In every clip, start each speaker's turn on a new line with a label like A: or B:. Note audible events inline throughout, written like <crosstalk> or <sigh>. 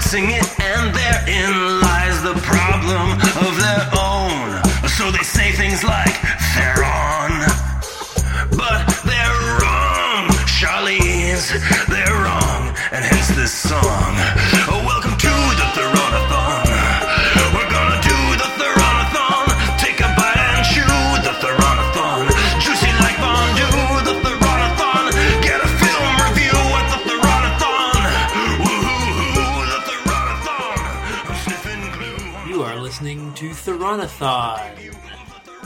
A: sing it, and therein lies the problem of their own. So they say things like, they're on, but they're wrong, Charlize, they're wrong, and hence this song. Oh, welcome to the Theronathon. We're gonna do the Theronathon. Take a bite and chew the Theronathon. Juicy like fondue, the Theronathon. Get a film review at the Theronathon. Woohoo, the Theronathon. I'm sniffing glue on
B: You are listening to Theronathon.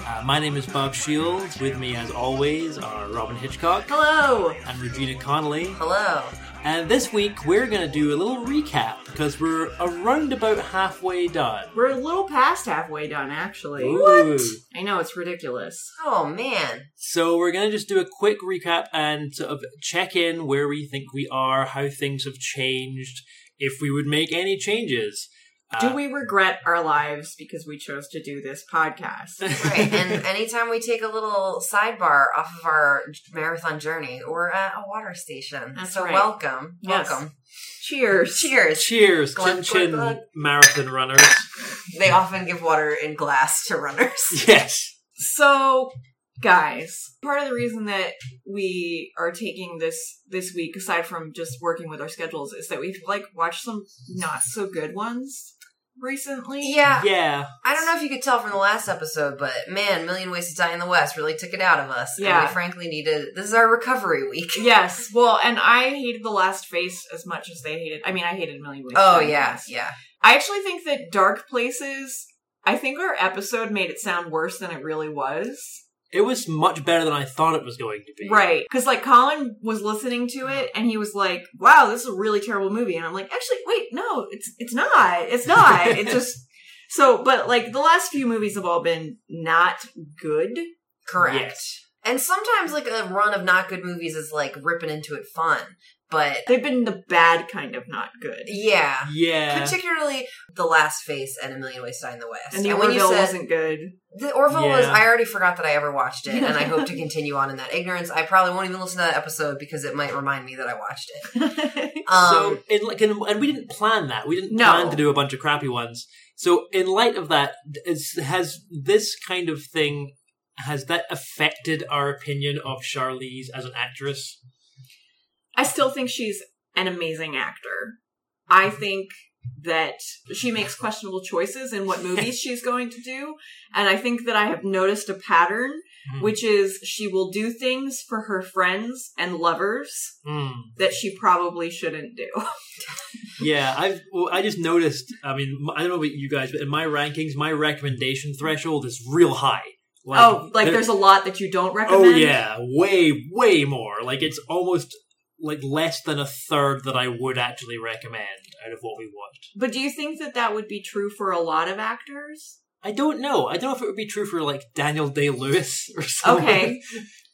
B: Uh, my name is Bob Shields. With me, as always, are Robin Hitchcock
C: Hello.
B: and Regina Connolly.
C: Hello.
B: And this week, we're going to do a little recap because we're around about halfway done.
D: We're a little past halfway done, actually.
B: What?
D: I know, it's ridiculous.
C: Oh man.
B: So we're going to just do a quick recap and sort of check in where we think we are, how things have changed, if we would make any changes.
D: Do we regret our lives because we chose to do this
C: <laughs>
D: podcast?
C: Right. and anytime we take a little sidebar off of our marathon journey, we're at a water station.
D: That's
C: so
D: right.
C: welcome.
D: Yes.
C: Welcome.
D: Cheers.
C: Cheers.
B: Cheers,
C: Glug,
B: chin chin
C: glug, glug.
B: marathon runners. <laughs>
C: They often give water in glass to runners.
B: <laughs> yes.
D: So, guys, part of the reason that we are taking this this week, aside from just working with our schedules, is that we've like watched some not so good ones recently.
C: Yeah.
B: Yeah.
C: I don't know if you could tell from the last episode, but man, Million Ways to Die in the West really took it out of us. And
D: Yeah.
C: we frankly needed this is our recovery week.
D: Yes. Well, and I hated the last face as much as they hated. I mean, I hated Millie. Ways
C: Oh
D: Down
C: yeah,
D: West.
C: yeah.
D: I actually think that Dark Places, I think our episode made it sound worse than it really was.
B: It was much better than I thought it was going to be.
D: Right. Because, like, Colin was listening to it and he was like, wow, this is a really terrible movie. And I'm like, actually, wait, no, it's, it's not. It's not.
C: <laughs>
D: it's just. So, but like the last few movies have all been not good.
C: Correct.
B: Yes.
C: And sometimes like a run of not good movies is like ripping into it fun. But
D: They've been the bad kind of not good.
C: yeah.
B: Yeah.
C: particularly the last face and a million ways to die in the west
D: And the
C: when you
D: Orville
C: said-
D: wasn't good.
C: the orville was
B: Yeah.
C: i already forgot that i ever watched it and i hope
B: <laughs>
C: to continue on in that ignorance i probably won't even listen to that episode because it might remind me that i watched it <laughs> um
B: so, in, like, in, and we didn't plan that. We didn't
D: No.
B: plan to do a bunch of crappy ones. So, in light of that, is, has this kind of thing has that affected our opinion of Charlize as an actress?
D: I still think she's an amazing actor. I think that she makes questionable choices
B: <laughs>
D: in what movies she's going to do. And I think that I have noticed a pattern,
B: Mhm.
D: which is she will do things for her friends and lovers
B: Mm.
D: that she probably shouldn't do.
B: Yeah, I've well, I just noticed. I mean, m- I don't know about you guys, but in my rankings, my recommendation threshold is real high. Like,
D: <laughs> oh, like
B: there-
D: there's a lot that you don't recommend.
B: oh yeah, way way more. Like it's almost like less than a third that I would actually recommend out of what we watched.
D: But do you think that that would be true for a lot of actors?
B: I don't know. I don't know if it would be true for like Daniel Day Lewis <laughs> or something.
D: Okay.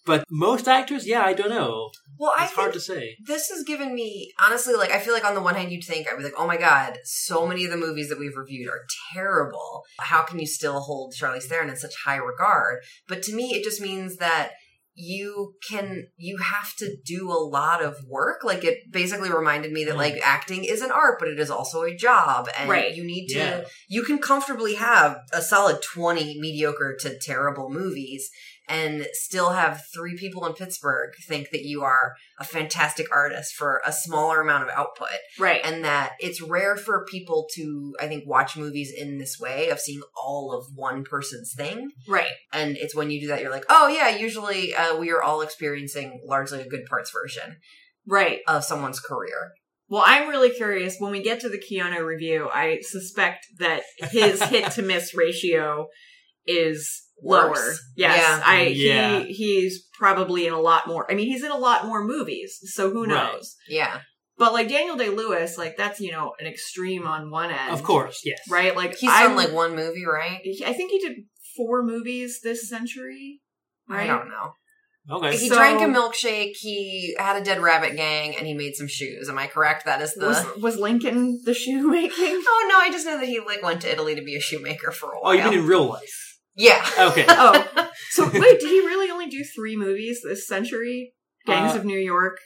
B: but most actors, yeah, I don't know.
C: well i
B: It's hard
C: think
B: to say.
C: this has given me honestly like i feel like on the one hand you'd think i'd be like oh my god so many of the movies that we've reviewed are terrible how can you still hold charlize theron in such high regard but to me it just means that you can you have to do a lot of work like it basically reminded me that
B: Mm.
C: like acting is an art but it is also a job and
D: Right.
C: you need to
B: Yeah.
C: you can comfortably have a solid 20 mediocre to terrible movies and still have three people in Pittsburgh think that you are a fantastic artist for a smaller amount of output.
D: Right.
C: And that it's rare for people to, I think, watch movies in this way of seeing all of one person's thing.
D: right.
C: And it's when you do that, you're like, oh, yeah, usually uh, we are all experiencing largely a good parts version
D: Right.
C: of someone's career.
D: Well, I'm really curious. When we get to the Keanu review, I suspect that his
C: <laughs>
D: hit to miss ratio is lower.
C: Worse.
D: Yes,
C: Yeah.
D: I
B: Yeah.
D: he he's probably in a lot more. I mean, he's in a lot more movies, so who knows?
B: Right.
C: Yeah.
D: But like Daniel Day Lewis, like that's you know an extreme on one end,
B: Of course, yes.
D: right? Like
C: He's
D: I'm-
C: done like one movie, right?
D: I think he did four movies this century,
C: I
D: right?
C: don't know.
B: Okay.
C: He
D: So-
C: drank a milkshake. He had a dead rabbit gang, and he made some shoes. Am I correct? That is the.
D: Was was Lincoln the <laughs> shoemaking?
C: oh no, I just know that he like went to Italy to be a shoemaker for a
B: Oh,
C: while.
B: you mean in real life?
C: yeah?
B: Okay. <laughs>
D: oh, <laughs> so wait, did he really only do three movies this century? Gangs
B: Uh,
D: of New York,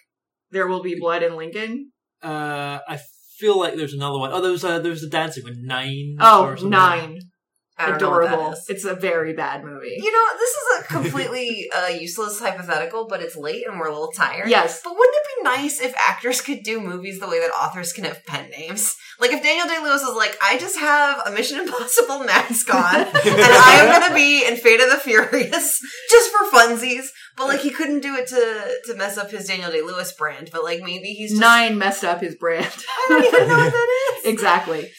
D: There Will Be Blood, and Lincoln.
B: Uh, I feel like there's another one. Oh, there was a, there was a dancing one, nine. or
D: Oh,
B: something like that.
D: nine.
C: I don't know what that
D: Adorable.
C: is.
D: It's a very bad movie.
C: You know, this is a completely uh, useless hypothetical, but it's late and we're a little tired.
D: Yes.
C: But wouldn't it be nice if actors could do movies the way that authors can have pen names? Like if Daniel Day Lewis is like, I just have a Mission Impossible mask on, and I am going to be in Fate of the Furious just for funsies. But like he couldn't do it to to mess up his Daniel Day Lewis brand. But like maybe he's just,
D: Nine messed up his brand. <laughs>
C: I don't even know what that is.
D: exactly.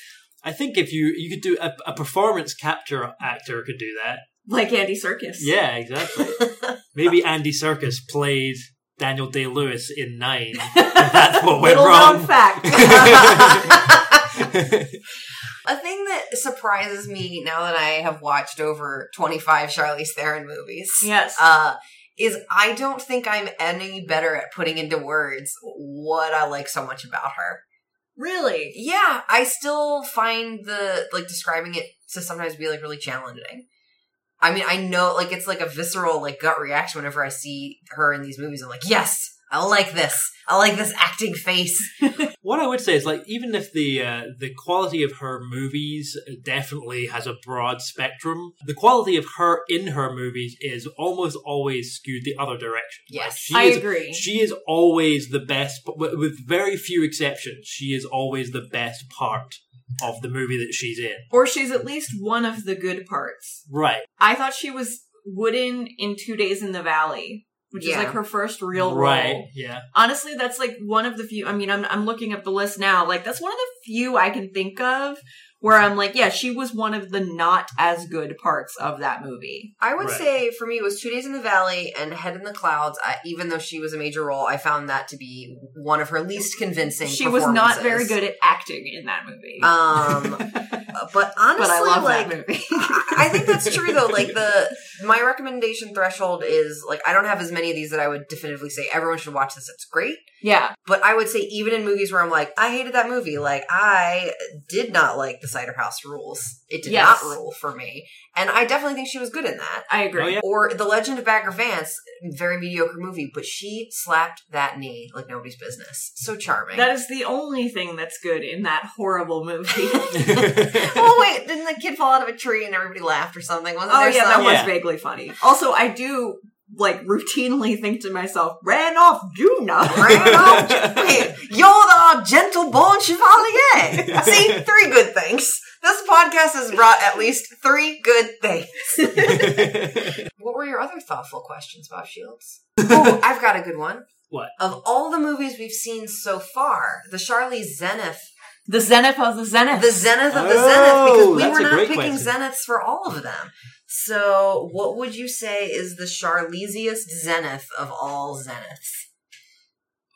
B: I think if you you could do a, a performance capture actor could do that.
D: Like Andy Circus.
B: Yeah,
D: <laughs>
B: exactly. Maybe Andy Circus played Daniel Day Lewis in
D: <laughs>
B: Nine. That's what went
D: Little known
B: wrong.
C: <laughs>
D: fact.
C: A thing that surprises me now that I have watched over 25 Charlize Theron movies.
D: yes.
C: Uh, is I don't think I'm any better at putting into words what I like so much about her.
D: really?
C: Yeah, I still find the like describing it to sometimes be like really challenging. I mean, I know like it's like a visceral like gut reaction whenever I see her in these movies. I'm like, yes, I like this. I like this acting face.
B: What I would say is like even if the uh, the quality of her movies definitely has a broad spectrum, the quality of her in her movies is almost always skewed the other direction. Like,
C: Yes.
B: she
D: I
B: is
D: agree.
B: She is always the best, but with with very few exceptions, she is always the best part of the movie that she's in.
D: or she's at least one of the good parts.
B: Right.
D: I thought she was wooden in Two Days in the Valley, which is
C: Yeah.
D: like her first real
B: right.
D: role.
B: Yeah.
D: Honestly, that's like one of the few. I mean, I'm I'm looking up the list now. Like that's one of the few I can think of where I'm like, yeah, she was one of the not as good parts of that movie.
C: I would
B: Right.
C: say for me, it was Two Days in the Valley and Head in the Clouds. I, even though she was a major role, I found that to be one of her least convincing.
D: She was not very
C: performances.
D: good at acting in that movie. <laughs>
C: Um, but honestly,
D: but I love
C: like
D: that movie. <laughs>
C: I think that's true though. Like the my recommendation threshold is like I don't have as many of these that I would definitively say everyone should watch this. It's great.
D: yeah,
C: But I would say even in movies where I'm like, I hated that movie, like I did not like the cider house rules. It did
D: Yes.
C: not rule for me. And I definitely think she was good in that.
D: I agree.
B: Oh, yeah.
C: Or The Legend of Bagger Vance, very mediocre movie, but she slapped that knee like nobody's business. So charming.
D: That is the only thing that's good in that horrible <laughs> movie. <laughs>
B: <laughs>
C: oh wait, didn't the kid fall out of a tree and everybody laughed or something? Wasn't
D: Oh
C: there
D: yeah, that
C: some?
D: was
B: Yeah.
D: vaguely funny. Also, I do like routinely think to myself, "Ran off, Juna."
C: Right on. Wait, You're the gentle born chevalier. See, three good things. This podcast has brought at least three good things. What were your other thoughtful questions, Bob Shields? oh, I've got a good one.
B: What?
C: Of all the movies we've seen so far, the Charlie's Zenith,
D: <laughs> the zenith of the zenith.
C: the Zenith of the
B: Oh,
C: Zenith,
B: that's
C: because we
B: a
C: were not
B: great
C: picking
B: question.
C: Zeniths for all of them. So, what would you say is the Charliziest Zenith of all Zeniths?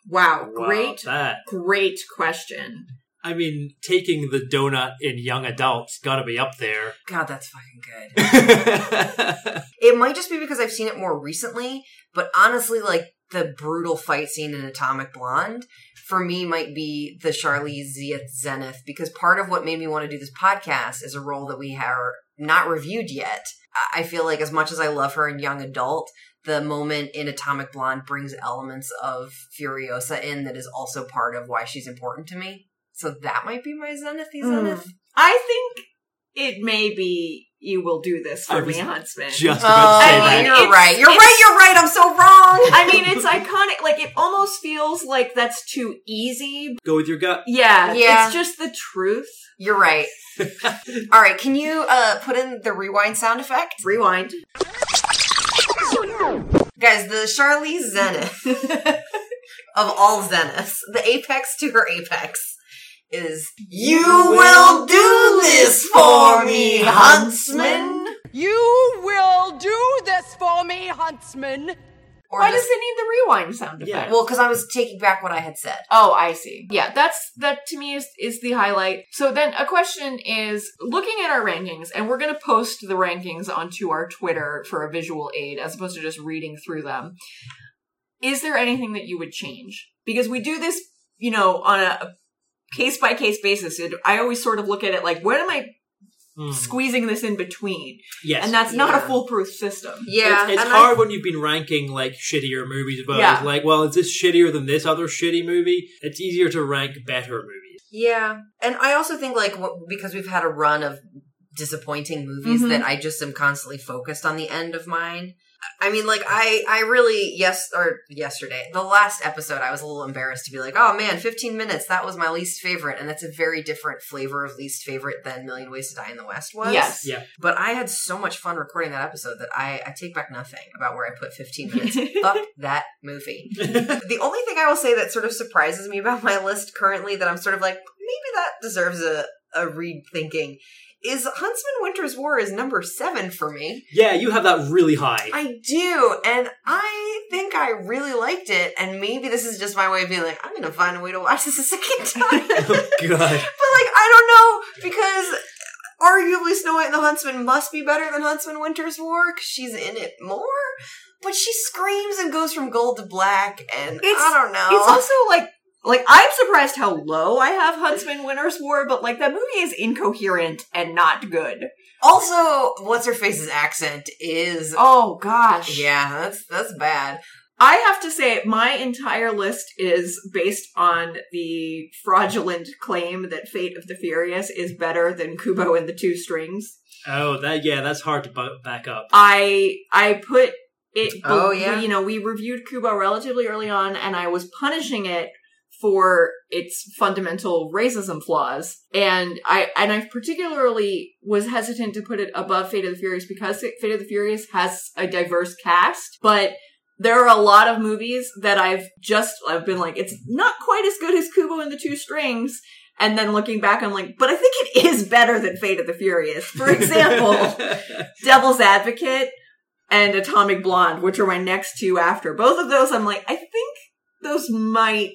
D: wow,
B: Wow,
D: great,
B: That.
D: great question.
B: I mean, taking the donut in young adults got to be up there.
C: God, that's fucking good. It might just be because I've seen it more recently, but honestly, like the brutal fight scene in Atomic Blonde for me might be the Charlize Zenith because part of what made me want to do this podcast is a role that we have not reviewed yet. I- I feel like as much as I love her in Young Adult, the moment in Atomic Blonde brings elements of Furiosa in that is also part of why she's important to me. So that might be my Zenithy
B: Hmm.
C: Zenith.
D: I think it may be you will do this
B: I
D: for
B: was
D: me, Huntsman.
B: Just about to say
C: Oh,
D: I mean,
B: that.
C: you're
D: it's-
C: right. You're
D: it's-
C: right. You're right. I'm
D: <laughs>
C: so wrong.
D: I mean, it's iconic. Like it almost feels like that's too easy.
B: Go with your gut.
D: Yeah,
C: Yeah.
D: It's just the truth.
C: You're right. All right, can you uh, put in the rewind sound effect?
D: Rewind.
C: Guys, the Charlize Zenith of all Zeniths, the apex to her apex, is You will do this for me, huntsman.
E: You will do this for me, huntsman.
C: Or
D: Why does
C: just-
D: it need the rewind sound effect?
B: Yeah.
C: well, because I was taking back what I had said.
D: Oh, I see. Yeah, that's that to me is is the highlight. So then a question is looking at our rankings, and we're gonna post the rankings onto our Twitter for a visual aid as opposed to just reading through them. Is there anything that you would change? Because we do this, you know, on a case by case basis. It, I always sort of look at it like, what am I
B: Hmm.
D: squeezing this in between?
B: Yes.
D: And that's not a
C: Yeah.
D: foolproof system.
C: Yeah,
B: It's, it's
C: and I-
B: hard when you've been ranking like shittier movies, but
D: Yeah.
B: it's like, well, is this shittier than this other shitty movie? It's easier to rank better movies.
C: Yeah. And I also think, like, wh- because we've had a run of disappointing movies
D: Mhm.
C: that I just am constantly focused on the end of mine. I mean, like, I, I really, yes, or yesterday, the last episode, I was a little embarrassed to be like, oh man, 15 minutes, that was my least favorite. And that's a very different flavor of least favorite than Million Ways to Die in the West was.
D: Yes.
B: Yeah.
C: But I had so much fun recording that episode that I, I take back nothing about where I put 15 minutes. Fuck that movie. The only thing I will say that sort of surprises me about my list currently that I'm sort of like, maybe that deserves a, a rethinking is Huntsman Winter's War is number seven for me.
B: yeah, you have that really high.
C: I do, and I think I really liked it, and maybe this is just my way of being like, I'm gonna find a way to watch this a second time. but like,
B: <laughs> oh god.
C: I don't know, because arguably Snow White and the Huntsman must be better than Huntsman Winter's War, because she's in it more. But she screams and goes from gold to black, and
D: It's-
C: I don't know.
D: It's also like like I'm surprised how low I have Huntsman Winter's War, but like that movie is incoherent and not good.
C: <laughs> Also, what's her face's accent is
D: Oh gosh.
C: yeah, that's that's bad.
D: I have to say my entire list is based on the fraudulent claim that Fate of the Furious is better than Kubo and the Two Strings.
B: Oh, that yeah, that's hard to bu- back up.
D: I I put it.
C: Oh,
D: we-
C: yeah.
D: You know, we reviewed Kubo relatively early on, and I was punishing it for its fundamental racism flaws. And I and I particularly was hesitant to put it above Fate of the Furious because Fate of the Furious has a diverse cast, but. There are a lot of movies that I've just I've been like it's not quite as good as Kubo and the Two Strings, and then looking back I'm like, but I think it is better than Fate of the Furious.
C: <laughs>
D: For example, Devil's Advocate and Atomic Blonde, which are my next two after. Both of those, I'm like, I think those might.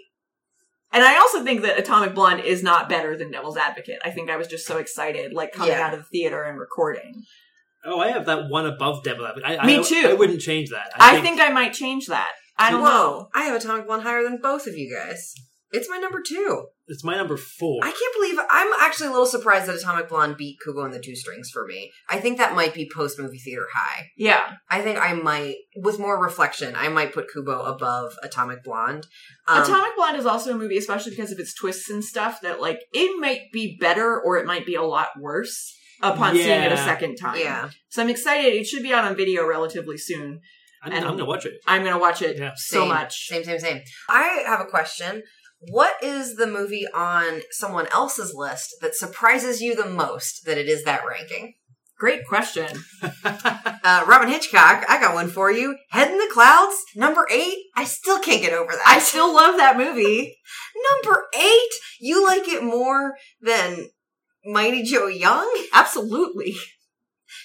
D: And I also think that Atomic Blonde is not better than Devil's Advocate. I think I was just so excited, like coming
C: Yeah.
D: out of the theater and recording.
B: <laughs> oh, I have that one above Devil Advocate. I,
D: Me
B: I,
D: too.
B: I wouldn't change that.
D: I think, I might change that. I don't know.
C: I have Atomic Blonde higher than both of you guys. It's my number two.
B: it's my number four.
C: I can't believe I'm actually a little surprised that Atomic Blonde beat Kubo and the Two Strings for me. I think that might be post movie theater high.
D: Yeah.
C: I think I might, with more reflection, I might put Kubo above Atomic Blonde. Um,
D: Atomic Blonde is also a movie, especially because of its twists and stuff, that like it might be better or it might be a lot worse upon seeing it a
B: Yeah.
D: second time.
C: yeah,
D: So I'm excited. It should be out on video relatively soon.
B: I'm,
D: and-
B: I'm gonna watch it. <laughs>
D: I'm gonna watch it
B: Yeah.
D: so
C: Same.
D: much.
C: same, same, same. I have a question. What is the movie on someone else's list that surprises you the most that it is that ranking?
D: Great question.
C: Uh, Robin Hitchcock, I got one for you. Head in the Clouds, number eight. I still can't get over that.
D: I still love that movie.
C: <laughs> number eight. You like it more than Mighty Joe Young.
D: Absolutely.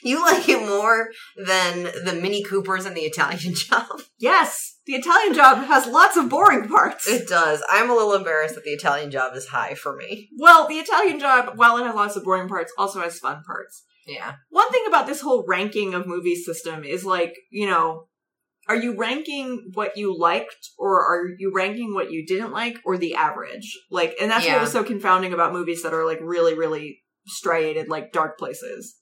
C: You like it more than the Mini Coopers and the Italian <laughs> Job.
D: Yes, the Italian job has lots of boring parts.
C: It does. I'm a little embarrassed that the Italian Job is high for me.
D: Well, the Italian job, while it has lots of boring parts, also has fun parts.
C: Yeah.
D: One thing about this whole ranking of movie system is like, you know, are you ranking what you liked or are you ranking what you didn't like or the average? Like, and that's
C: Yeah.
D: what was so confounding about movies that are like really, really striated, like dark places.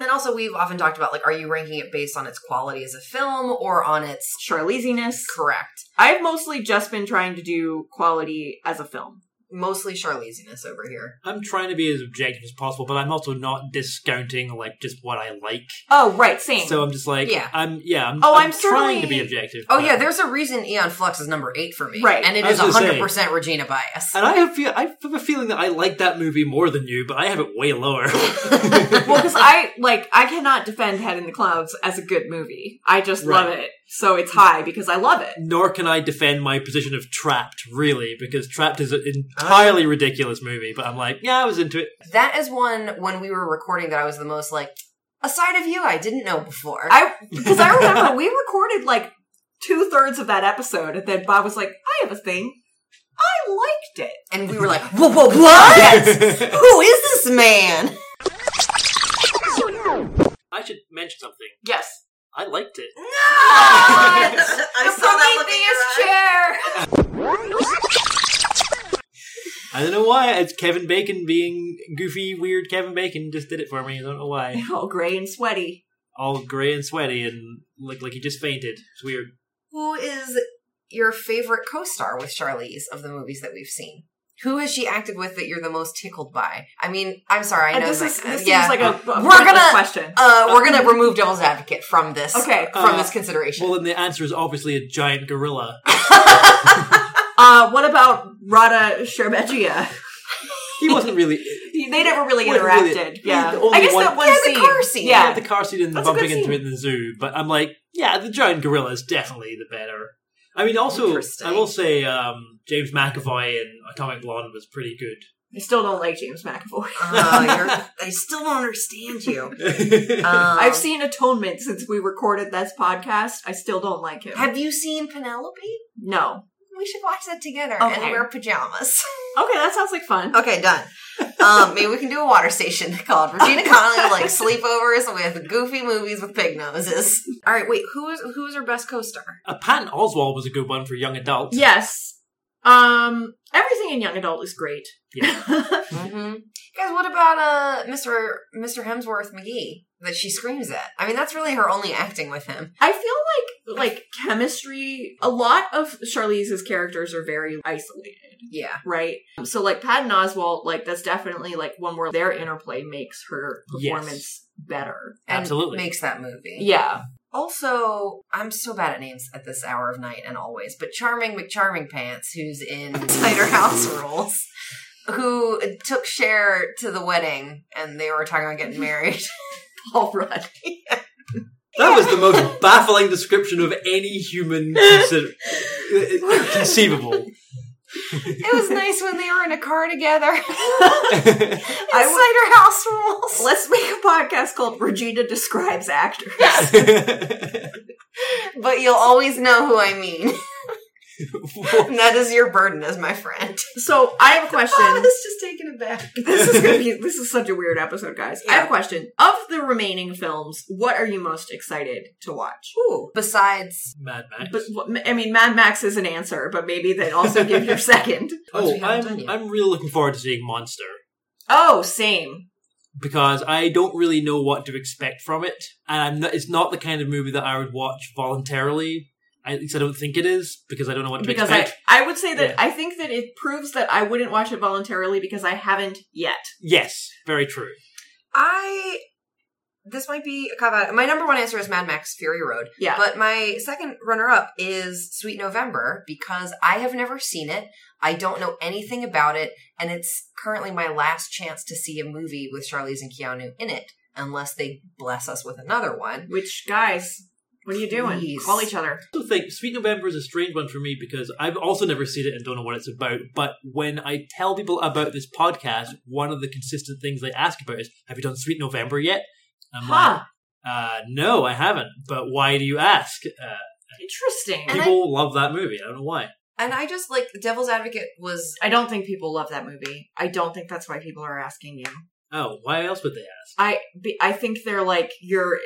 C: And also, we've often talked about like, are you ranking it based on its quality as a film or on its
D: Charlesiness.
C: correct?
D: I've mostly just been trying to do quality as a film.
C: Mostly Charlesiness over here.
B: I'm trying to be as objective as possible, but I'm also not discounting like just what I like.
D: Oh, right, same.
B: So I'm just like,
C: Yeah.
B: I'm yeah, I'm,
D: Oh,
B: I'm,
D: I'm
B: trying to
D: certainly-
B: be objective.
C: Oh
B: but-
C: yeah, there's a reason Eon Flux is number eight for me,
D: Right.
C: And it
B: I
C: is
B: was gonna say-
C: 100 percent Regina bias.
B: And I have feel I have a feeling that I like that movie more than you, but I have it way lower. <laughs>
D: well, because I like I cannot defend Head in the Clouds as a good movie. I just love
B: Right.
D: it, so it's high because I love it.
B: Nor can I defend my position of Trapped really, because Trapped is an
D: Ah.
B: entirely ridiculous movie. But I'm like, yeah, I was
D: <laughs>
B: into it.
C: That is one when we were recording that I was the most like a side of you I didn't know before.
D: I because I remember we recorded like two thirds of that episode, and then Bob was like, "I have a thing. I liked it."
C: and we were <laughs> like, whoa, whoa, what? Who is this <laughs> man?
B: <laughs> I should mention something.
D: Yes,
B: I liked it.
C: <laughs> I saw that look in your eye. <laughs>
D: Prometheus
B: I don't know why. It's Kevin Bacon being goofy, weird. Kevin Bacon just did it for me. I don't know why.
D: chair, all gray and sweaty.
B: All grey and sweaty and looked like he just fainted. It's weird.
C: Who is your favorite co-star with Charlize of the movies that we've seen? Who has she acted with that you're the most tickled by? I mean, I'm sorry, I
D: And
C: know
D: Uh, this
C: that-
D: is this
C: yeah.
D: seems like a, a
C: We're gonna-
D: pointless question.
C: uh, we're gonna remove devil's advocate from this.
D: Okay.
C: from
B: Uh,
C: this consideration.
B: Well, then the answer is obviously a giant gorilla.
D: Uh, what about Rada Sherbagia?
B: He wasn't really.
D: They never really
B: Wait,
D: interacted.
B: really?
D: Yeah,
B: The only
D: I guess
B: one-
D: that one
C: Yeah, the
D: scene.
C: car scene.
D: Yeah,
B: The car seat and
D: That's a
B: bumping
D: good
B: into it
D: scene.
B: in the zoo, but I'm like, yeah, the giant gorilla is definitely the better. I mean, also,
C: Interesting.
B: I will say um, James McAvoy in Atomic Blonde was pretty
D: <laughs> I still don't like James McAvoy.
B: <laughs>
C: Uh, you're, I still don't understand you.
B: good.
C: Um,
D: <laughs> I've seen Atonement since we recorded this podcast. I still don't like him.
C: Have you seen Penelope?
D: no.
C: We should watch that together and
D: Okay.
C: wear pajamas.
D: Okay, that sounds like fun.
C: Okay, done. Um, maybe we can do a water station <laughs> called Regina Conley like sleepovers with goofy movies with pig noses. All right, wait, who is who is her best co-star?
B: a Patton Oswald was a good one for young adults.
D: Yes. Um. Everything in young adult is great.
B: Yeah.
C: Mm-hmm. Guys, what about uh Mr. Mr. Hemsworth McGee that she screams at? I mean, that's really her only acting with him.
D: <laughs> I feel like like chemistry. A lot of Charlize's characters are very isolated,
C: Yeah.
D: right? So like Patton Oswalt, like that's definitely like one where their interplay makes her
B: Yes.
D: performance better.
C: And
B: Absolutely.
C: Makes that movie.
D: Yeah. <laughs>
C: Also, I'm so bad at names at this hour of night and always, but Charming McCharming Pants, who's in <laughs> Tighter House Rules, who took Cher to the wedding and they were talking about getting <laughs> married.
D: All right.
B: That was the most baffling description of any
D: <laughs>
B: human consider- uh, conceivable.
C: It was nice when they were in a car <laughs> together.
B: I
D: I w-
C: Cider House <laughs> Rules.
D: Let's make a podcast called Regina Describes Actors.
C: but you'll always know who I mean. <laughs> And that is your burden as my friend.
D: So I have a
C: <laughs>
D: <laughs>
C: I
D: question.
C: was just taken aback.
D: this is gonna be this is such a weird episode, guys. I have
C: Yeah.
D: a question. Of the remaining films, what are you most excited to watch?
C: Ooh. Besides,
B: Mad Max.
D: But what- I mean, Mad Max is an answer, but maybe then also give <laughs> your second.
C: Which
B: oh,
C: we haven't done
B: I'm
C: yet.
B: I'm really looking forward to seeing Monster
D: Oh, same.
B: because I don't really know what to expect from it, and I'm not, it's not the kind of movie that I would watch voluntarily. At least I don't think it is because I don't know what to
D: Because I,
B: expect.
D: I would say that
B: Yeah.
D: I think that it proves that I wouldn't watch it voluntarily because I haven't yet.
B: Yes, very true.
C: I. This might be a cop out. My number one answer is Mad Max Fury Road.
D: Yeah.
C: But my second runner up is Sweet November because I have never seen it. I don't know anything about it. And it's currently my last chance to see a movie with Charlize and Keanu in it, unless they bless us with another one.
D: Which guys, what are you doing?
C: Please.
D: Call each other.
B: also think Sweet November is a strange one for me because I've also never seen it and don't know what it's about. But when I tell people about this podcast, one of the consistent things they ask about is, "Have you done Sweet November yet?" I'm
D: Huh.
B: like, uh, "No, I haven't." But why do you ask? Uh,
D: Interesting.
C: And I-
B: people love that movie. I don't know why.
C: And I just like Devil's Advocate was
D: I don't think people love that movie. I don't think that's why people are asking you.
B: Oh, why else would they ask?
D: I be- I think they're like you're.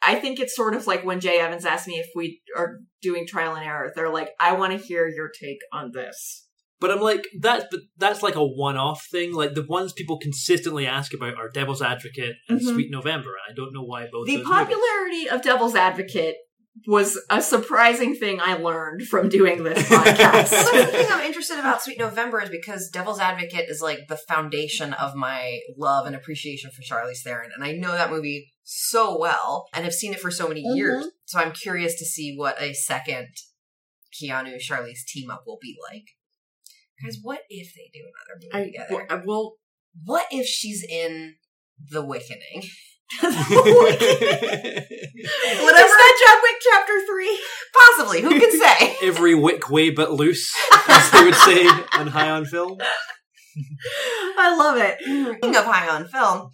D: I think it's sort of like when Jay Evans asked me if we are doing trial and error. They're like, I want to hear your take on this.
B: But I'm like that's but that's like a one-off thing. Like the ones people consistently ask about are Devil's Advocate and
D: Mhm.
B: Sweet November. And I don't know why both.
D: The
B: those movies-
D: popularity of Devil's Advocate was a surprising thing I learned from doing this podcast.
C: Well,
D: <laughs>
C: that's the thing I'm interested about Sweet November is because Devil's Advocate is like the foundation of my love and appreciation for Charlize Theron, and I know that movie so well and have seen it for so many
D: Mhm.
C: years. So I'm curious to see what a second Keanu Charlize team up will be like. Because what if they do another movie
D: I,
C: together?
D: I will.
C: What if she's in
D: <laughs>
C: The Wickening?
D: <laughs> Oh. Whatever. that John Wick Chapter Three?
C: Possibly, who
D: <laughs>
C: can say?
B: <laughs> Every wick way but loose, as they would say on High on Film.
D: I love it.
C: <laughs> Speaking of high on film,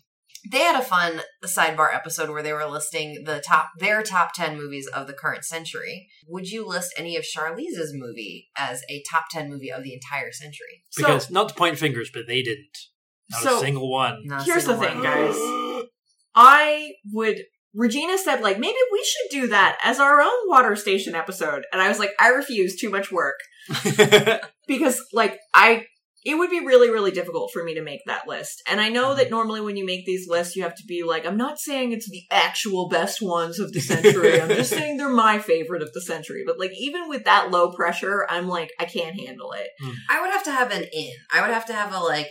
C: they had a fun sidebar episode where they were listing the top their top ten movies of the current century. Would you list any of Charlize's movie as a top ten movie of the entire century?
B: Because not to point fingers, but they didn't. Not a
D: So-
B: single
D: <laughs>
B: one.
C: Not a
D: Here's the
C: single
D: thing,
C: one.
D: guys. I would. Regina said, like, maybe we should do that as our own water station episode. And I was like, I refuse, too much work. Because, like, I. it would be really, really difficult for me to make that list. And I know
C: Mm-hmm.
D: that normally when you make these lists, you have to be like, I'm not saying it's the actual best ones of the century. I'm
C: <laughs>
D: just saying they're my favorite of the century. But like, even with that low pressure, I'm like, I can't handle it.
C: I would have to have an in. I would have to have a like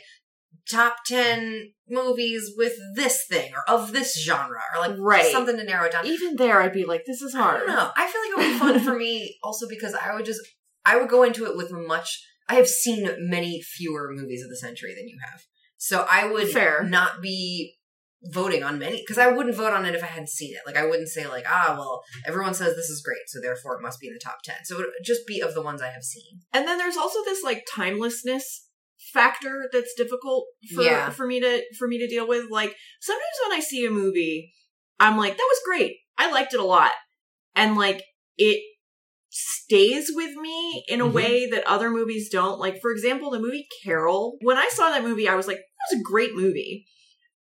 C: top 10 movies with this thing or of this genre or like
D: Right.
C: something to narrow it down.
D: Even there, I'd be like, this is
C: I
D: hard.
C: don't know. I feel like it would be fun for me also because I would just I would go into it with much I have seen many fewer movies of the century than you have. So I would
D: Fair.
C: not be voting on many because I wouldn't vote on it if I hadn't seen it. Like I wouldn't say like, ah well, everyone says this is great, so therefore it must be in the top ten. So it would just be of the ones I have seen.
D: And then there's also this like timelessness factor that's difficult for
C: Yeah.
D: for me to for me to deal with. Like sometimes when I see a movie, I'm like, that was great. I liked it a lot. And like it stays with me in a
B: Mhm.
D: way that other movies don't. Like for example, the movie Carol. When I saw that movie, I was like, that was a great movie.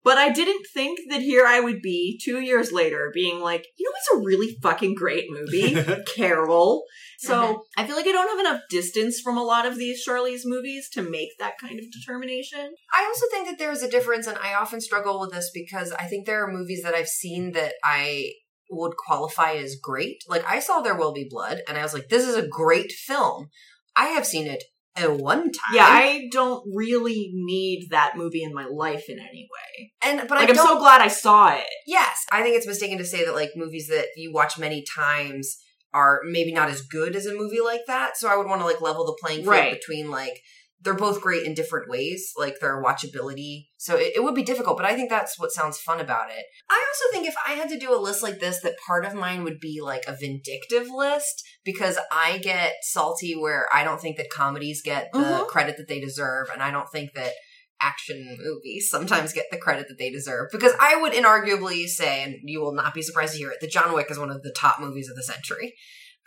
D: But I didn't think that here I would be two years later being like, you know, it's a really fucking great
B: <laughs>
D: movie. Carol. So I feel like I don't have enough distance from a lot of these Charlie's movies to make that kind of determination.
C: I also think that there is a difference, and I often struggle with this because I think there are movies that I've seen that I would qualify as great. Like I saw There Will Be Blood, and I was like, "This is a great film." I have seen it a one time,
D: Yeah, I don't really need that movie in my life in any way.
C: and but
D: But like,
C: I
D: I'm
C: don't.
D: so glad I saw it.
C: yes, I think it's mistaken to say that like movies that you watch many times are maybe not as good as a movie like that. So I would want to like level the playing field
D: Right.
C: between like they're both great in different ways, like their watchability. So it, it would be difficult, but I think that's what sounds fun about it. I also think if I had to do a list like this, that part of mine would be like a vindictive list because I get salty where I don't think that comedies get the
D: Mhm.
C: credit that they deserve, and I don't think that action movies sometimes get the credit that they deserve. Because I would inarguably say, and you will not be surprised to hear it, that John Wick is one of the top movies of the century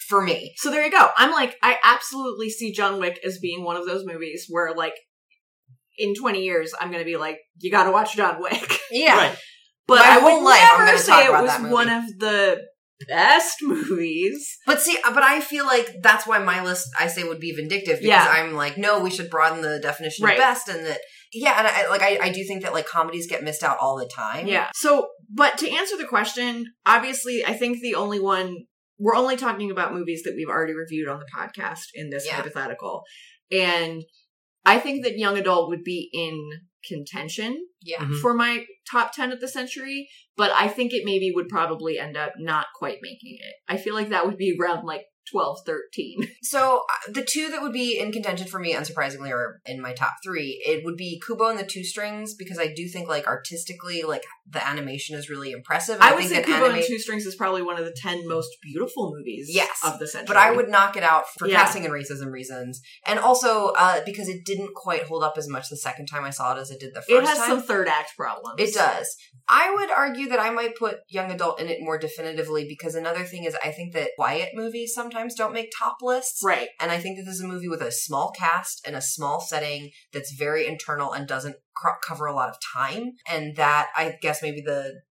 C: for me.
D: So there you go. I'm like, I absolutely see John Wick as being one of those movies where like in 20 years I'm gonna be like, you gotta watch John Wick. <laughs>
C: Yeah.
B: Right.
D: But
C: My
D: I would
C: whole life I'm
D: never
C: gonna
D: say
C: talk
D: it
C: about
D: was
C: that movie.
D: one of the best <laughs> movies.
C: But see, uh, but I feel like that's why my list I say would be vindictive because
D: Yeah.
C: I'm like, no, we should broaden the definition
D: Right.
C: of best, and that yeah, and I like I, I do think that like comedies get missed out all the time.
D: Yeah. So, but to answer the question, obviously, I think the only one we're only talking about movies that we've already reviewed on the podcast in this
C: Yeah.
D: hypothetical. And I think that young adult would be in contention
C: yeah.
B: Mhm.
D: for my top 10 of the century, but I think it maybe would probably end up not quite making it. I feel like that would be around like 12,
C: <laughs>
D: 13.
C: So uh, the two that would be in contention for me, unsurprisingly, are in my top three. It would be Kubo and the Two Strings because I do think like artistically, like the animation is really impressive. and
D: I would
C: think
D: say
C: that
D: Kubo and
C: anima-
D: Two Strings is probably one of the 10 most beautiful movies
C: Yes.
D: of the century.
C: but I would knock it out for
D: Yeah.
C: casting and racism reasons, and also uh, because it didn't quite hold up as much the second time I saw it as it did the first.
D: It has
C: time.
D: some third act problems.
C: It does. I would argue that I might put young adult in it more definitively because another thing is I think that quiet movies sometimes don't make top lists.
D: Right.
C: And I think that this is a movie with a small cast and a small setting that's very internal and doesn't cro- cover a lot of time. And that I guess maybe the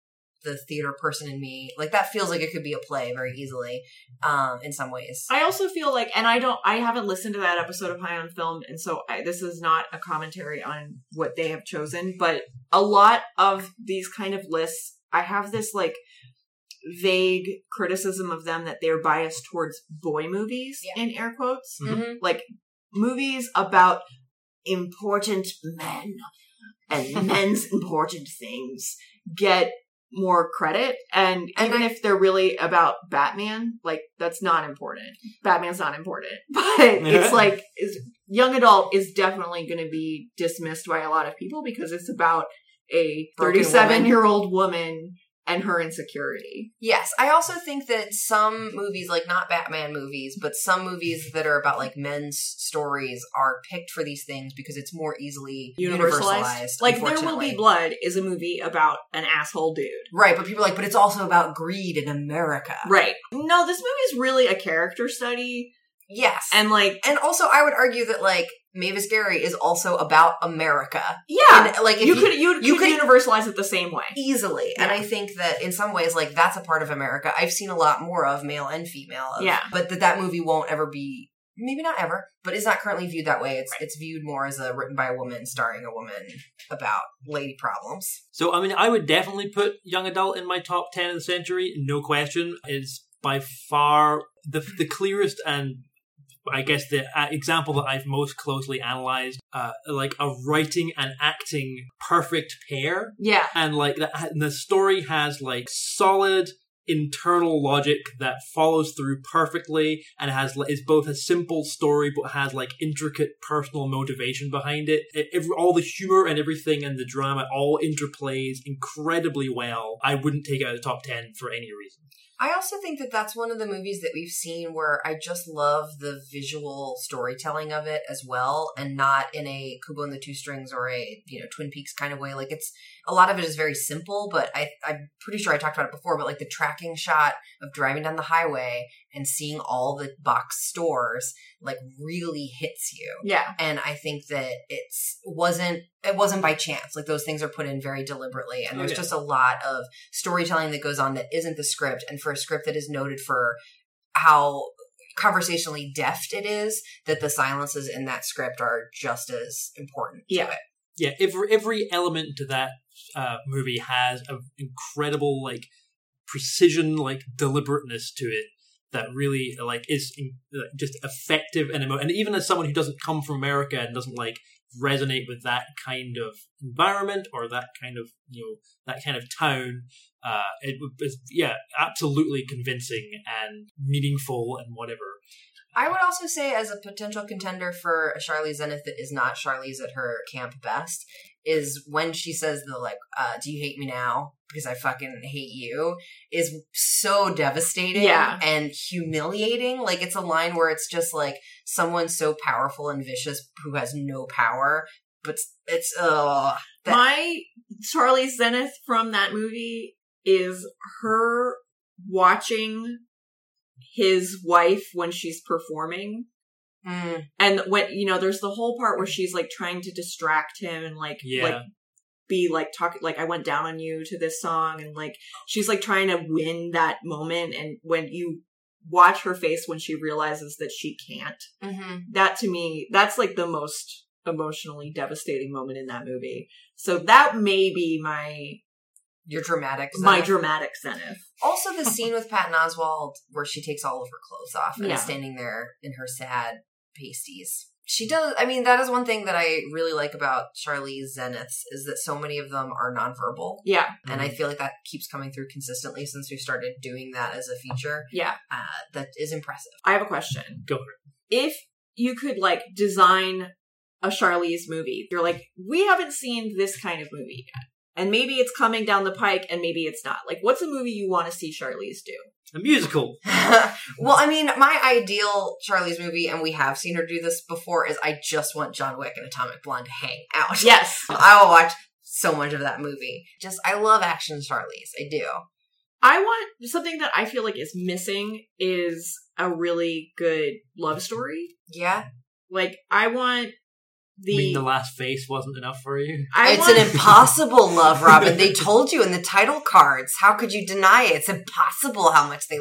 C: the theater person in me like that feels like it could be a play very easily um, in some ways.
D: I also feel like, and I don't, I haven't listened to that episode of High on Film, and so I, this is not a commentary on what they have chosen, but a lot of these kind of lists, I have this like vague criticism of them that they're biased towards boy movies,
C: Yeah.
D: in air quotes,
B: Mhm.
C: Mm-hmm.
D: like movies about important men
C: <laughs>
D: and men's important things get more credit and,
C: And
D: even
C: I-
D: if they're really about batman like that's not important batman's not important <laughs> but it's like is young adult is definitely going to be dismissed by a lot of people because it's about a
C: Broken woman.
D: 37 year old woman and her insecurity
C: Yes, I also think that some movies, like not Batman movies, but some movies that are about like men's stories, are picked for these things because it's more easily universalized.
D: Like There Will Be
C: unfortunately.
D: Blood is a movie about an asshole dude.
C: right? But people are like, but it's also about greed in America,
D: Right. No, this movie is really a character study
C: Yes, and
D: and like
C: and also I would argue that like Mavis Gary is also about America.
D: yeah,
C: And, like if
D: you, could you,
C: you
D: could
C: could-
D: universalize it the same way.
C: easily and
D: Yeah.
C: i think that in some ways like that's a part of america i've seen a lot more of male and female of,
D: Yeah.
C: but that that movie won't ever be maybe not ever, but it's not currently viewed that way. It's it's viewed more as a written by a woman starring a woman about lady problems.
B: So, I mean, I would definitely put Young Adult in my top 10 of the century, no question. It's by far the, the clearest and I guess the uh, example that I've most closely analyzed, uh, like a writing and acting perfect pair
D: Yeah.
B: and like the, and the story has like solid internal logic that follows through perfectly and has like, is both a simple story but has like intricate personal motivation behind it. It- every, all the humor and everything and the drama all interplays incredibly well i wouldn't take it out of the top 10 for any reason
C: I also think that that's one of the movies that we've seen where I just love the visual storytelling of it as well, and not in a Kubo and the Two Strings or a you know Twin Peaks kind of way. Like it's a lot of it is very simple, but I I'm pretty sure I talked about it before. But like the tracking shot of driving down the highway and seeing all the box stores like really hits you.
D: Yeah.
C: and i think that it's wasn't it wasn't by chance like those things are put in very deliberately and
B: Oh,
C: there's
B: yeah.
C: just a lot of storytelling that goes on that isn't the script and for a script that is noted for how conversationally deft it is that the silences in that script are just as important
D: Yeah.
C: to it
B: yeah every every element to that uh, movie has an incredible like precision like deliberateness to it that really like is in, like, just effective and emo- and even as someone who doesn't come from America and doesn't like resonate with that kind of environment or that kind of you know that kind of town uh it was yeah absolutely convincing and meaningful and whatever
C: i would also say as a potential contender for a charlie zenith that is not charlie's at her camp best is when she says the like uh do you hate me now because i fucking hate you is so devastating
D: Yeah.
C: and humiliating like it's a line where it's just like someone so powerful and vicious who has no power but it's uh That-
D: My Charlie Zenith from that movie is her watching his wife when she's performing.
C: mm,
D: And when you know, there's the whole part where she's like trying to distract him and like
B: Yeah.
D: like be like talking like I went down on you to this song and like she's like trying to win that moment and when you watch her face when she realizes that she can't
C: hmm
D: that to me that's like the most emotionally devastating moment in that movie so that may be my
C: you're dramatic
D: my
C: Zenith.
D: dramatic zenith
C: Also, the scene with Patton Oswald where she takes all of her clothes off and
D: Yeah.
C: is standing there in her sad pasties. She does. I mean, that is one thing that I really like about Charlize Zeniths is that so many of them are nonverbal,
D: yeah
C: and I feel like that keeps coming through consistently since we started doing that as a feature.
D: yeah
C: Uh, that is impressive. <laughs>
D: i have a question
B: Go for
D: if you could like design a charlize movie you're like we haven't seen this kind of movie yet and maybe it's coming down the pike and maybe it's not like what's a movie you want to see charlize
C: <laughs>
D: do
B: Mm. a musical
C: well, I mean, my ideal Charlie's movie, and we have seen her do this before, is I just want John Wick and Atomic Blonde to hang out.
D: yes
C: I will watch so much of that movie. Just, I love action Charlie's. I do.
D: I want something that I feel like is missing is a really good love story.
C: Yeah.
D: Like I want the,
B: I mean, the last face wasn't enough for you
D: I
C: it's
D: want
C: an impossible love, Robin. They told you in the title cards. How could you deny it? It's impossible how much they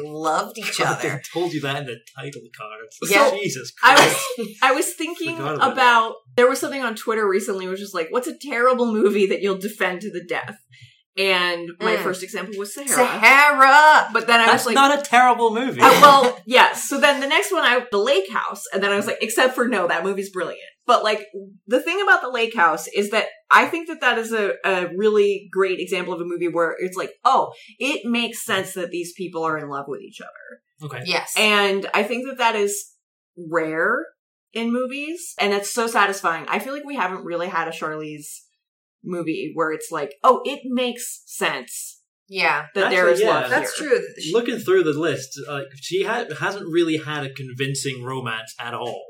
D: <laughs>
C: loved each
B: God, they
C: other.
B: told you that in the title cards.
C: Yeah.
B: Jesus
D: I
B: Christ.
D: was I was thinking
B: Forgot
D: about,
B: about
D: there was something on Twitter recently which was like, what's a terrible movie that you'll defend to the death? And my
C: Mm.
D: first example was Sahara.
C: Sahara.
D: But then I
B: That's
D: was like
B: not a terrible movie.
D: I- well, yes. So then the next one, I the Lake House, and then I was like, except for no, that movie's brilliant. But like the thing about the Lake House is that I think that that is a, a really great example of a movie where it's like, oh, it makes sense that these people are in love with each other,
B: okay.
C: Yes.
D: and I think that that is rare in movies, and it's so satisfying. I feel like we haven't really had a Charlize movie where it's like, oh, it makes sense
C: yeah.
D: that there
B: Actually,
D: is
B: yeah.
D: love.
C: That's
D: here.
C: true.
B: Looking through the list, like she ha- hasn't really had a convincing romance at all.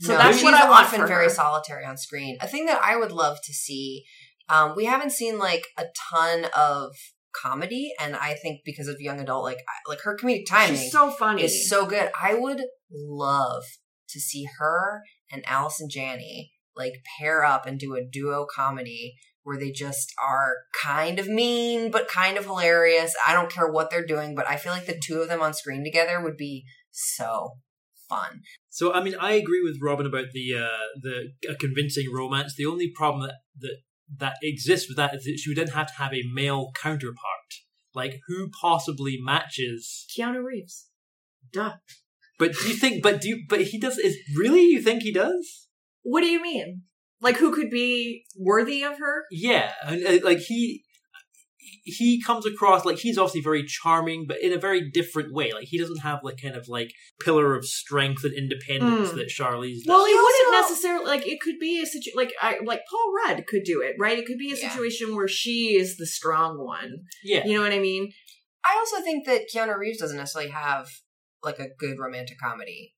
D: So
C: No,
D: that's
C: she's
D: what I want
C: often
D: for
C: very
D: her.
C: solitary on screen. A thing that I would love to see. Um, we haven't seen like a ton of comedy, and I think because of young adult, like I- like her comedic timing
D: She's so funny.
C: is so good. I would love to see her and Allison Janney like pair up and do a duo comedy where they just are kind of mean but kind of hilarious. I don't care what they're doing, but I feel like the two of them on screen together would be so fun.
B: So I mean, I agree with Robin about the uh, the a convincing romance. The only problem that, that that exists with that is that she would then have to have a male counterpart. Like who possibly matches?
D: Keanu Reeves. Duh.
B: But do you think? But do you, but he does? Is really you think he does?
D: What do you mean? Like who could be worthy of her?
B: Yeah, and, uh, like he he comes across like he's obviously very charming, but in a very different way. Like he doesn't have like kind of like pillar of strength and independence
C: Hmm.
D: Mm.
B: that Charlize. Does.
D: Well, it
C: She
D: wouldn't
C: also-
D: necessarily like it could be a situ like I like Paul Rudd could do it, right? It could be a
C: Yeah.
D: situation where she is the strong one.
B: yeah,
D: You know what I mean?
C: I also think that Keanu Reeves doesn't necessarily have like a good romantic comedy.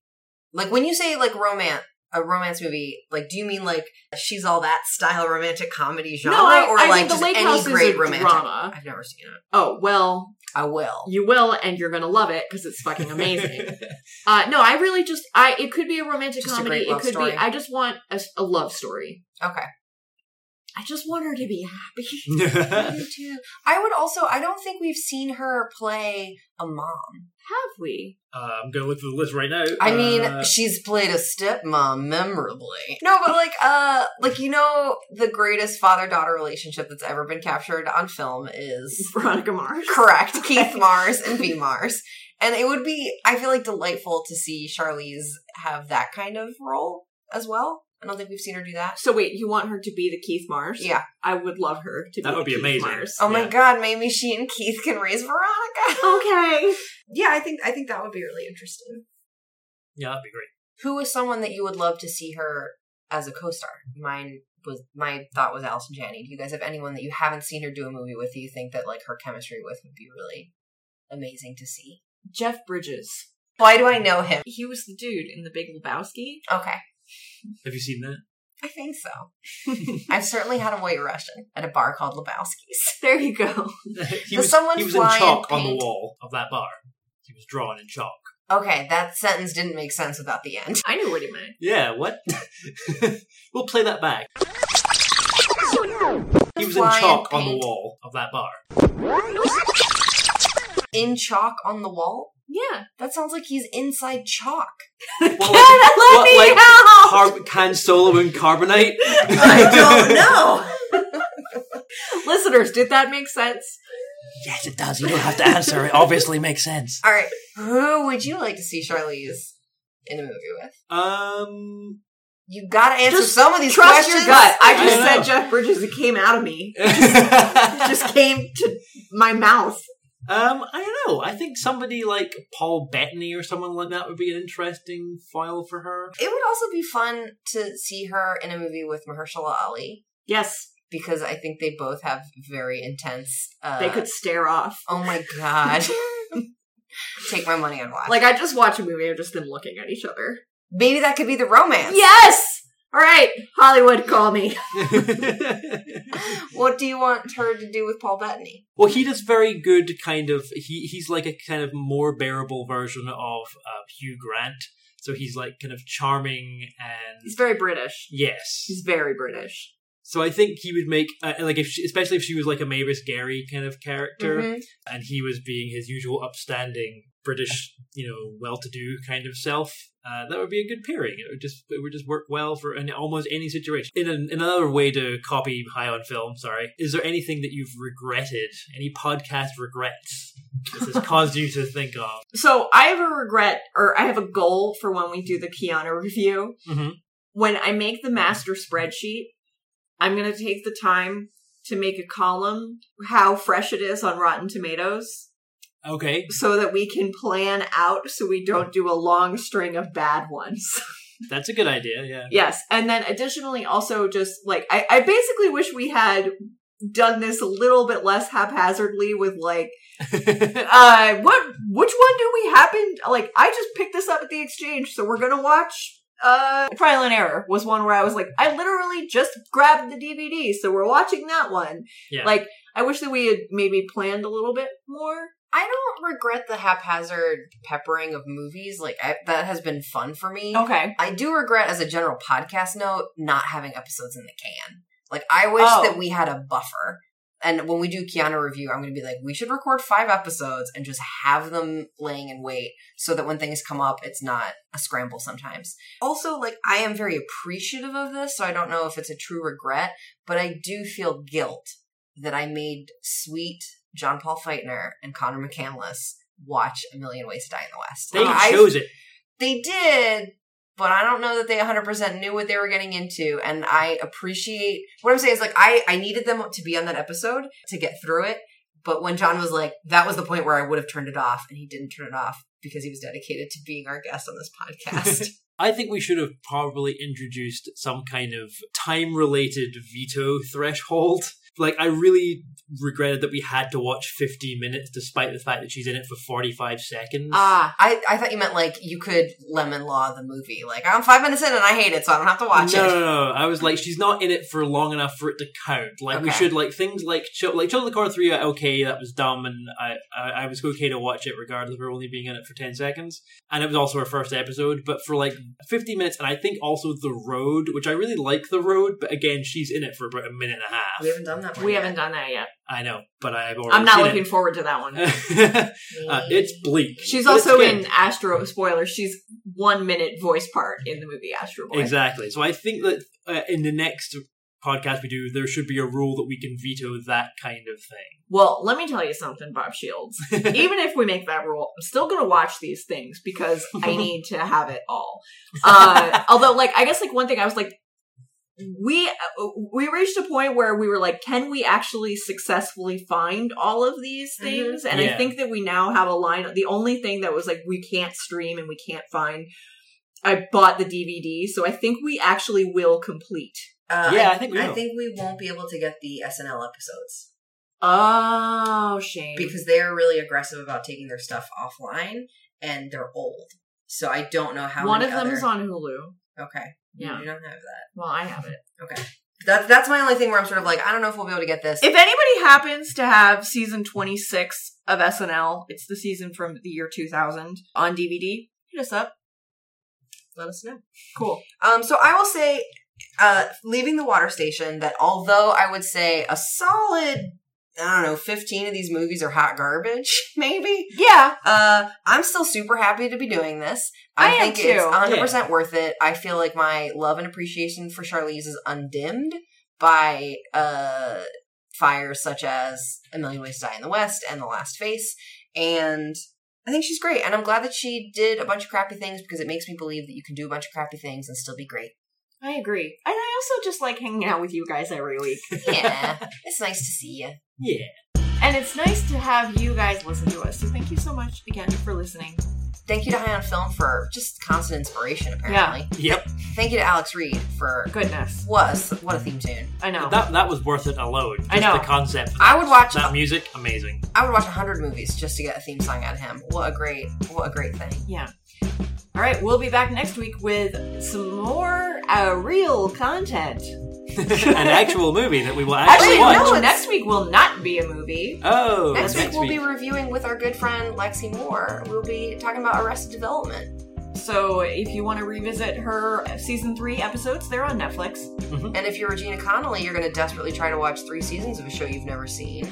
C: Like when you say like romance, a romance movie, like do you mean like she's all that style romantic comedy genre,
D: no, I,
C: or
D: I
C: like
D: think
C: just
D: the Lake
C: any
D: House
C: great
D: is a
C: romantic?
D: drama.
C: I've never seen it.
D: Oh well,
C: I will.
D: <laughs> you will, and you're gonna love it because it's fucking amazing.
C: <laughs>
B: <laughs>
D: uh, no, I really just I it could be a romantic
C: Just a
D: comedy.
C: great
D: it
C: love
D: could
C: story.
D: be. I just want a, s- a love story.
C: Okay.
D: I just want her to be
C: <laughs>
D: happy.
B: Uh,
C: Me too. I would also. I don't think we've seen her play a mom.
D: Have we?
B: Uh, I'm going to look for the list right now.
C: I mean,
B: Uh,
C: she's played a stepmom memorably. No, but like, uh, like you know, the greatest father-daughter relationship that's ever been captured on film is
D: Veronica Mars.
C: Correct.
D: <laughs>
C: <laughs> Keith Mars and B Mars. And it would be, I feel like, delightful to see Charlize have that kind of role as well. I don't think we've seen her do that.
D: So wait, you want her to be the Keith Mars?
C: Yeah.
D: I would love her to.
B: That
D: be
B: would be
D: the Keith
B: amazing.
D: Mars.
C: Oh my
B: Yeah.
C: god, maybe she and Keith can raise <laughs> Veronica.
D: Okay.
C: Oh. yeah, I think I think that would be really interesting.
B: yeah, that'd be great.
C: Who is someone that you would love to see her as a co-star? Mine was my thought was Allison Janney. Do you guys have anyone that you haven't seen her do a movie with that you think that like her chemistry with would be really amazing to see?
D: Jeff Bridges.
C: Why do I know him?
D: He was the dude in the Big Lebowski.
C: Okay.
B: Have you seen that? <laughs>
C: I think so.
D: <laughs>
C: I've certainly had a white Russian at a bar called Lebowski's.
D: There you go.
B: he
C: Does
B: was,
C: someone
B: he was
C: fly
B: in chalk
C: and
B: on the
C: paint?
B: wall of that bar. He was drawn in chalk.
C: Okay, that sentence didn't make sense without the end.
D: I knew what he meant.
B: Yeah, what? <laughs> we'll play that back. He was in
C: Fly and
B: chalk on the
C: paint.
B: wall of that
C: <laughs>
B: bar.
C: In chalk on the wall? <laughs>
D: Yeah.
C: That sounds like he's inside chalk.
D: <laughs>
B: Well,
D: Let me
B: like
D: out!
B: car- can solo and <laughs> carbonate?
C: I
B: <laughs>
D: <laughs>
C: don't know.
D: Listeners, did that make sense?
B: yes, it does. You don't have to answer. It obviously makes sense.
C: All right, who would you like to see Charlize in a movie with?
B: <laughs> Um,
C: You gotta answer
D: Just
C: some of these
D: Trust your
C: questions.
D: gut. I just
B: I
D: said
B: know.
D: Jeff Bridges. It came out of me. It
B: just
D: just came to my mouth.
B: Um, I don't know. I think somebody like Paul Bettany or someone like that would be an interesting file for <laughs> her.
C: it would also be fun to see her in a movie with Mahershala Ali
D: Yes,
C: because I think they both have very intense. Uh,
D: they could stare off.
C: Oh my god! <laughs> Take my money and watch.
D: Like I just watch a movie of just them looking at each other.
C: Maybe that could be the romance.
D: Yes. All right, Hollywood, call me.
C: What do you want her to do with Paul Bettany?
B: well, he does very good kind of. He he's like a kind of more bearable version of uh, Hugh Grant. So he's like kind of charming and
D: He's very British.
B: yes.
D: He's very British.
B: So I think he would make uh, like if she, especially if she was like a Mavis Gary kind of character,
C: Mhm.
B: and he was being his usual upstanding British, you know, well-to-do kind of self. Uh, that would be a good pairing. It would just it would just work well for in almost any situation. In, an, in another way to copy High on Film, sorry. Is there anything that you've regretted? Any podcast regrets this has caused you to think of?
D: So I have a regret, or I have a goal for when we do the Keanu review.
B: Mm-hmm.
D: when I make the master spreadsheet, I'm going to take the time to make a column how fresh it is on Rotten Tomatoes
B: Okay,
D: so that we can plan out so we don't do a long string of bad ones. <laughs>
B: that's a good idea. Yeah. <laughs>
D: yes. And then additionally, also just like, I, I basically wish we had done this a little bit less haphazardly with like uh what which one do we happen like i just picked this up at the exchange so we're gonna watch uh trial and error was one where i was like i literally just grabbed the dvd so we're watching that one
B: Yeah.
D: like i wish that we had maybe planned a little bit more
C: I don't regret the haphazard peppering of movies. Like I, that has been fun for me.
D: okay
C: I do regret, as a general podcast note, not having episodes in the can. Like I wish
D: Oh.
C: that we had a buffer. And when we do Kiana review, I'm going to be like, we should record five episodes and just have them laying in wait so that when things come up, it's not a scramble sometimes. Also, like, I am very appreciative of this, so I don't know if it's a true regret, but I do feel guilt that I made sweet John Paul Feitner and Connor McCandless watch A Million Ways to Die in the West.
B: They
C: Like, I-
B: chose it.
C: they did but i don't know that they 100% knew what they were getting into and i appreciate what i'm saying is like i i needed them to be on that episode to get through it but when john was like that was the point where i would have turned it off and he didn't turn it off because he was dedicated to being our guest on this
B: <laughs>
C: podcast <laughs>
B: I think we should have probably introduced some kind of time related veto threshold. Like, I really regretted that we had to watch 15 minutes despite the fact that she's in it for 45 seconds.
D: Ah,
C: I, I thought you meant like you could lemon law the movie like i'm five minutes in and i hate it so i don't have to watch
B: no,
C: it
B: no, no. I was like, she's not in it for long enough for it to count. Like, we
C: Okay.
B: should like things like Chil- like Children of the Corner Three. are Okay, that was dumb, and I, I I was okay to watch it regardless of her only being in it for ten seconds. And it was also her first episode, but for like fifty minutes, and I think also the road, which I really like the road, but again, she's in it for about a minute and a half.
C: we haven't done that one
D: we
C: yet.
D: haven't done that yet.
B: I know, but I've already.
D: I'm not
B: seen
D: looking
B: it.
D: forward to that one. <laughs>
B: <laughs> uh, it's bleak.
D: She's
B: but it's
D: also
B: good.
D: in Astro. Spoiler: She's one minute voice part in the movie Astro Boy.
B: Exactly. So I think that uh, in the next podcast we do, there should be a rule that we can veto that kind of thing.
D: Well, let me tell you something, Bob Shields. Even if we make that rule, I'm still gonna watch these things because I need to have it all. Uh, although, like, I guess like one thing I was like, we uh, we reached a point where we were like, can we actually successfully find all of these
C: Mhm.
D: things? And
B: Yeah.
D: I think that we now have a line. The only thing that was like we can't stream and we can't find. I bought the DVD, so I think we actually will complete.
C: Uh,
B: Yeah,
C: I,
B: I think we
C: I
B: will.
C: think we won't be able to get the snl episodes
D: Oh, shame.
C: because they're really aggressive about taking their stuff offline and they're old. So I don't know how
D: one of
C: many
D: them
C: other-
D: is on Hulu.
C: Okay,
D: Yeah.
C: you don't have that.
D: Well, I have it.
C: That's that's my only thing where I'm sort of like I don't know if we'll be able to get this.
D: If anybody happens to have season 26 of SNL, it's the season from the year 2000 on DVD, hit us up.
C: Let us know.
D: Cool.
C: Um, so I will say, uh, leaving the water station, that although I would say a solid. I don't know, 15 of these movies are hot garbage, <laughs> maybe.
D: Yeah.
C: <laughs> Uh, I'm still super happy to be doing this. I,
D: I am
C: think it's
D: too.
C: 100% worth it. I feel like my love and appreciation for Charlize is undimmed by uh, fires such as A Million Ways to Die in the West and The Last Face. And I think she's great. And I'm glad that she did a bunch of crappy things because it makes me believe that you can do a bunch of crappy things and still
D: <laughs>
C: be great.
D: I agree. And I also just like hanging out with you guys every <laughs> week.
C: Yeah, it's nice to see you.
B: yeah.
D: and it's nice to have you guys listen to us. So thank you so much again for listening.
C: Thank you to High on Film for just constant inspiration, apparently.
B: Yep.
C: Thank you to Alex Reed for.
D: Goodness.
C: Was what a theme tune.
D: I know.
B: That that was worth it alone. Just
D: I know.
B: the concept.
C: I would watch
B: That music,
C: <laughs>
B: amazing. <laughs>
C: I would watch 100 movies just to get a theme song out of him. What a great, what a great thing.
D: yeah. All right. We'll be back next week with some more uh, real content.
B: An actual movie that we will
D: Actually,
B: actually watch.
D: no, next week will not be a movie.
B: Oh,
C: next week, we'll be <laughs> reviewing with our good friend Lexi Moore. We'll be talking about Arrested Development.
D: So if you want to revisit her season three episodes, they're on Netflix.
C: And if you're Regina Connolly, you're going to desperately try to watch three seasons of a show you've never seen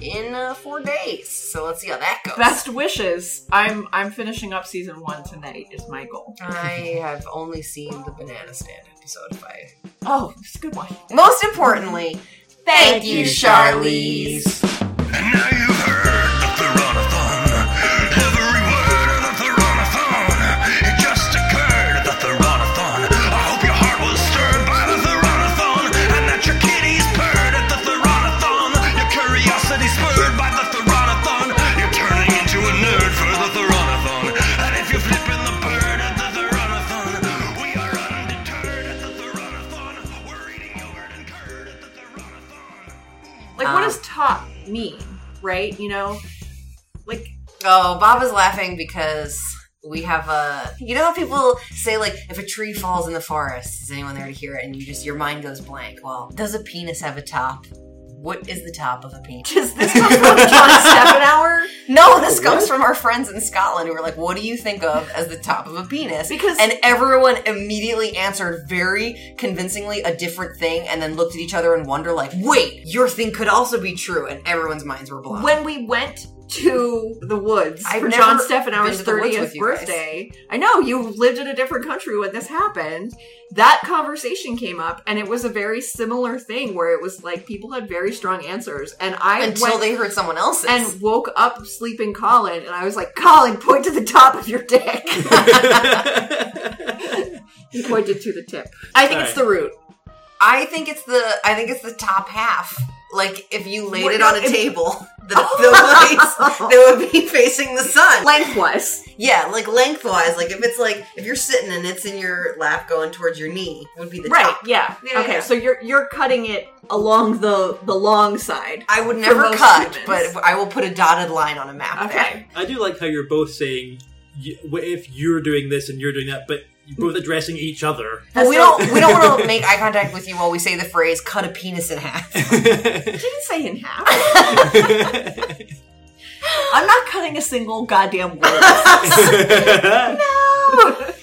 C: in uh, four days. So let's see how that goes.
D: Best wishes. I'm I'm finishing up season one tonight is my goal.
C: I have only seen the Banana Stand episode <laughs> five.
D: Oh, it's a good one.
C: Most importantly, thank, you, Charlize.
A: And now you've heard the Theronathon. Every word of the Theronathon. It just occurred the Theronathon. I hope your heart was stirred by the Theronathon. And that your kitties purred at the Theronathon. Your curiosity spurred by the Theronathon. You're turning into a nerd for the Theronathon. And if you're flipping the bird at the Theronathon, we are undeterred at the Theronathon. We're eating yogurt and curd at the Theronathon.
D: Like, what
C: Um,
D: does top mean? Right? You know, like
C: Oh, Bob is laughing because we have a. You know how people say like, if a tree falls in the forest, is anyone there to hear it? And you just your mind goes blank. Well, does a penis have a top? What is the top of a peach?
D: Does <laughs>
C: <laughs>
D: this come from John Steffenauer?
C: No, this comes from our friends in Scotland who were like, "What do you think of as the top of a penis?"
D: Because-
C: and everyone immediately answered very convincingly a different thing, and then looked at each other in wonder, like, "Wait, your thing could also be true," and everyone's minds were blown.
D: When we went to <laughs> the woods
C: I've
D: for
C: never
D: John
C: been
D: Steffenauer's
C: to the woods with
D: 30th
C: you guys.
D: birthday, I know you lived in a different country when this happened. That conversation came up, and it was a very similar thing where it was like people had very strong answers, and I
C: until
D: went
C: they heard someone else's.
D: and woke up sleeping Colin, and I was like, Colin, point to the top of your dick. <laughs> he pointed to the tip. I think it's
B: Sorry.
D: the root.
C: I think it's the I think it's the top half. Like if you laid
D: What-
C: it on a
D: if- <laughs> Oh.
C: table, the, the place that would be facing the sun. Like
D: Lengthwise.
C: yeah, like lengthwise. Like if it's like if you're sitting and it's in your lap going towards your knee, would be the
D: Right,
C: top.
D: yeah.
C: Yeah,
D: okay,
C: yeah.
D: so you're you're cutting it along the the long side.
C: I would never
D: most
C: cut,
D: humans.
C: but I will put a dotted line on a map. there.
D: Okay.
B: <laughs> I do like how you're both saying you, wh- if you're doing this and you're doing that, but you're both addressing each other.
C: <laughs>
B: <laughs>
C: But we
D: That's
C: don't we don't want to make eye contact with you while we say the phrase "cut a penis in half."
D: I didn't say in half. I'm not cutting a single goddamn word.
B: I
D: No.